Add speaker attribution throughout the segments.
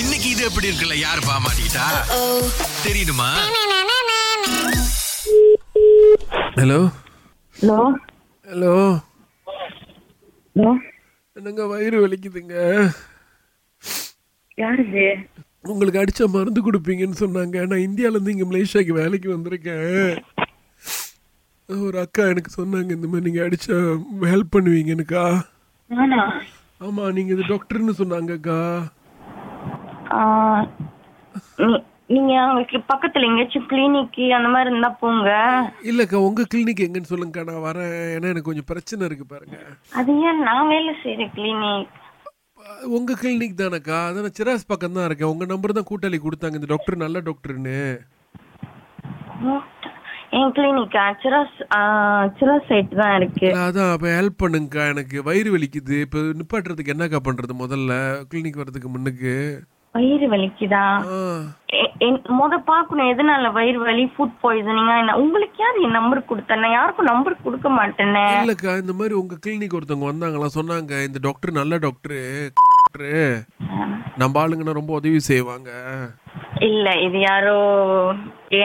Speaker 1: இன்னைக்கு இது எப்படி இருக்குல்ல யார் பாமாட்டா தெரியுமா ஹலோ
Speaker 2: ஹலோ
Speaker 1: ஹலோ
Speaker 2: ஹலோ
Speaker 1: என்னங்க வயிறு வலிக்குதுங்க
Speaker 2: யார் இது
Speaker 1: உங்களுக்கு அடிச்ச மருந்து கொடுப்பீங்கன்னு சொன்னாங்க நான் இந்தியால இருந்து இங்க மலேசியாக்கு வேலைக்கு வந்திருக்கேன் ஒரு அக்கா எனக்கு சொன்னாங்க இந்த மாதிரி நீங்க அடிச்ச ஹெல்ப் பண்ணுவீங்க எனக்கா
Speaker 2: நானா
Speaker 1: ஆமா நீங்க இது டாக்டர்னு சொன்னாங்கக்கா
Speaker 2: ஆ, நீ- நீங்க உங்களுக்கு பக்கத்துல எங்கேயாச்சும் கிளினிக் அந்த மாதிரி இருந்தா போங்க
Speaker 1: இல்லக்கா உங்க கிளினிக் எங்கன்னு சொல்லுங்கக்கா நான் வரேன் ஏன்னா எனக்கு கொஞ்சம் பிரச்சனை இருக்கு பாருங்க
Speaker 2: அது ஏன் நான் வேலை செய்யற கிளினிக்
Speaker 1: அஹ் உங்க கிளினிக் தானக்கா அதான் சிராஸ் பக்கம் தான் இருக்கேன் உங்க நம்பர் தான் கூட்டாளி கொடுத்தாங்க இந்த டாக்டர் நல்ல டாக்டர்னு
Speaker 2: என் கிளினிக் சிராஸ் ஆ, சிராஸ் சைட் தான் இருக்கு
Speaker 1: இல்ல, அதான் அப்ப ஹெல்ப் பண்ணுங்கக்கா எனக்கு வயிறு வலிக்குது இப்போ நிப்பாட்டுறதுக்கு என்னக்கா பண்றது முதல்ல கிளினிக் வர்றதுக்கு முன்னுக்கு
Speaker 2: வயிறு வலிக்குதா
Speaker 1: ஆ,
Speaker 2: எ- என்- முத பாக்கணும் எதனால வயிறு வலி ஃபுட் பாய்சனிங்கா என்ன உங்களுக்கு யார் என் நம்பர் கொடுத்தேன் நான் யாருக்கும் நம்பர் கொடுக்க மாட்டேனே
Speaker 1: இல்லக்கா இந்த மாதிரி உங்க கிளினிக் ஒருத்தவங்க வந்தாங்களா சொன்னாங்க இந்த டாக்டர் நல்ல டாக்டரு டாக்டரு நம்ம ஆளுங்கன்னா ரொம்ப உதவி செய்வாங்க
Speaker 2: இல்ல இது யாரோ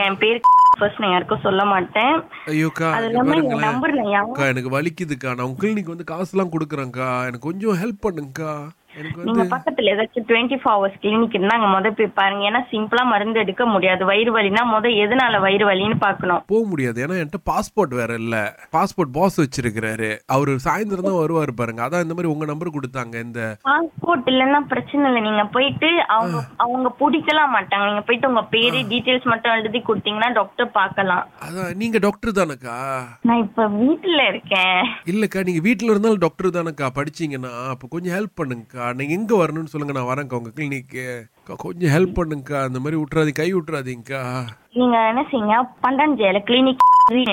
Speaker 2: என் பேர் ஃபர்ஸ்ட் நான் யாருக்கும் சொல்ல மாட்டேன்
Speaker 1: ஐயோக்கா
Speaker 2: அது இல்லாம
Speaker 1: இங்க
Speaker 2: என்
Speaker 1: பாருங்களேன்
Speaker 2: நம்பர் நான் யாரும்
Speaker 1: அக்கா எனக்கு வலிக்குதுக்கா நான் உங்க கிளினிக் வந்து காசுலாம் கொடுக்குறேன்க்கா எனக்கு கொஞ்சம் ஹெல்ப் பண்ணுங்கக்கா எனக்கு வந்து
Speaker 2: நீங்க பக்கத்துல ஏதாச்சும் டுவெண்ட்டி ஃபோர் ஹவர்ஸ் கிளினிக் இருந்தா அங்க முத போய் பாருங்க ஏன்னா சிம்பிளா மருந்து எடுக்க முடியாது வயிறு வலினா முத எதனால வயிறு வலின்னு பாக்கணும்
Speaker 1: போக முடியாது ஏன்னா என்கிட்ட பாஸ்போர்ட் வேற இல்ல பாஸ்போர்ட் பாஸ் வச்சிருக்கிறாரு அவரு சாயந்தரம் தான் வருவாரு பாருங்க அதான் இந்த மாதிரி உங்க நம்பர் கொடுத்தாங்க இந்த
Speaker 2: பாஸ்போர்ட் இல்லன்னா பிரச்சனை இல்ல நீங்க போயிட்டு அவங்க அவங்க பிடிக்கலாம் மாட்டாங்க நீங்க போயிட்டு உங்க பேரு டீடைல்ஸ் மட்டும் எழுதி கொடுத்தீங்கன்னா டாக்டர் பார்க்கலாம்
Speaker 1: அதான் நீங்க டாக்டர் தானக்கா
Speaker 2: நான் இப்ப வீட்டுல இருக்கேன்
Speaker 1: இல்லக்கா நீங்க வீட்ல இருந்தாலும் டாக்டர் தானக்கா படிச்சீங்கன்னா அப்ப கொஞ்சம் ஹெல்ப் பண்ணுங்கக்கா நீங்க எங்க வரணும்னு சொல்லுங்க நான் வரேன்க்கா உங்க கிளினிக்கு கொஞ்சம் ஹெல்ப் பண்ணுங்கக்கா அந்த மாதிரி விட்டுறாதீங்க கை விட்டுறாதீங்கக்கா
Speaker 2: நீங்க என்ன செய்யுங்க பண்டாஞ்சேல கிளினிக்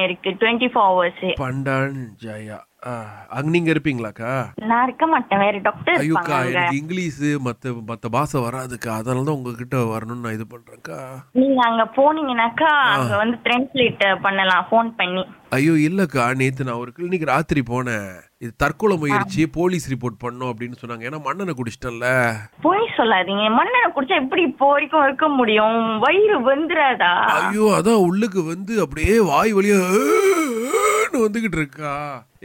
Speaker 2: இருக்கு டுவெண்ட்டி ஃபோர் ஹவர்ஸ்
Speaker 1: பண்டான் ஜயா ஆ, அங்க நீங்க இருப்பீங்களாக்கா
Speaker 2: நான் இருக்க மாட்டேன் வேற டாக்டர்
Speaker 1: ஐயோக்கா
Speaker 2: இருப்பாங்க அங்க.
Speaker 1: எனக்கு இங்கிலீஷு மத்த மத்த பாஷை வராதுக்கா அதனால தான் உங்ககிட்ட வரணும்னு நான் இது பண்றேன்க்கா
Speaker 2: நீங்க அங்க போனீங்கன்னாக்கா அங்க வந்து டிரான்ஸ்லேட் பண்ணலாம் ஃபோன் பண்ணி
Speaker 1: ஐயோ இல்லக்கா நேத்து நான் ஒரு கிளினிக் ராத்திரி போனேன் இது தற்கொலை முயற்சி போலீஸ் ரிப்போர்ட் பண்ணோம் அப்படின்னு சொன்னாங்க ஏன்னா மண்ணனை குடிச்சிட்டேன்ல
Speaker 2: போய் சொல்லாதீங்க மண்ணெண்ணெய் குடிச்சா எப்படி இப்போ வரைக்கும் இருக்க முடியும் வயிறு வெந்துராதா
Speaker 1: ஐயோ அதான் உள்ளுக்கு வந்து அப்படியே வாய் வழியா "ஏன்னு" வந்துகிட்டு இருக்கா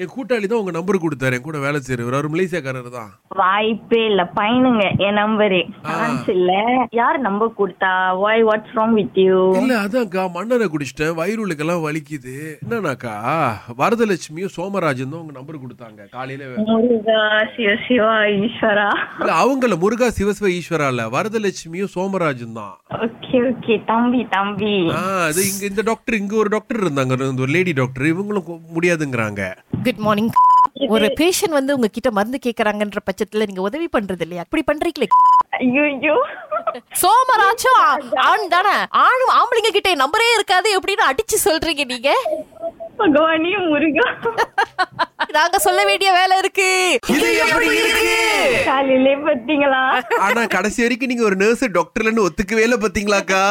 Speaker 1: என் கூட்டாளி தான் உங்க நம்பர் கொடுத்தாரு என் கூட வேலை செய்யறவர் அவர் மலேசியாக்காரர் தான்
Speaker 2: வாய்ப்பே இல்ல பயனுங்க என் நம்பரு சான்ஸ் இல்ல யார் நம்பர் கொடுத்தா வாய் வாட்ஸ் ராங் வித் யூ
Speaker 1: இல்ல அதான்க்கா மண்ணனை குடிச்சிட்டேன் வயிறுலுக்கெல்லாம் வலிக்குது என்னன்னாக்கா வரதலட்சுமியும் சோமராஜன் தான் உங்க நம்பர் கொடுத்தாங்க காலையில
Speaker 2: முருகா சிவ சிவா ஈஸ்வரா
Speaker 1: இல்ல அவங்கள முருகா சிவசிவ ஈஸ்வரா இல்ல வரதலட்சுமியும் சோமராஜன் தான்
Speaker 2: ஓகே ஓகே தம்பி தம்பி
Speaker 1: ஆ, அது இங்க இந்த டாக்டர் இங்க ஒரு டாக்டர் இருந்தாங்க இந்த ஒரு லேடி டாக்டர் இவங்களும் கொ- முடியாதுங்கறாங்க
Speaker 3: குட் மார்னிங் ஒரு பேஷண்ட் வந்து உங்ககிட்ட மருந்து கேக்குறாங்கன்ற பட்சத்துல நீங்க உதவி பண்றது இல்லையா அப்படி பண்றீங்களே
Speaker 2: ஐயோ
Speaker 3: சோமராச்சும் ஆ- ஆண் தானே ஆணும் ஆம்பளைங்க கிட்ட என் நம்பரே இருக்காது எப்படின்னு அடிச்சு சொல்றீங்க நீங்க
Speaker 2: பகவானே முருகா
Speaker 3: நாங்க சொல்ல வேண்டிய வேலை இருக்கு
Speaker 2: காலையிலே பாத்தீங்களா
Speaker 1: ஆனா கடைசி வரைக்கும் நீங்க ஒரு நர்ஸ் டாக்டர்லன்னு ஒத்துக்கவே இல்ல பாத்தீங்களாக்கா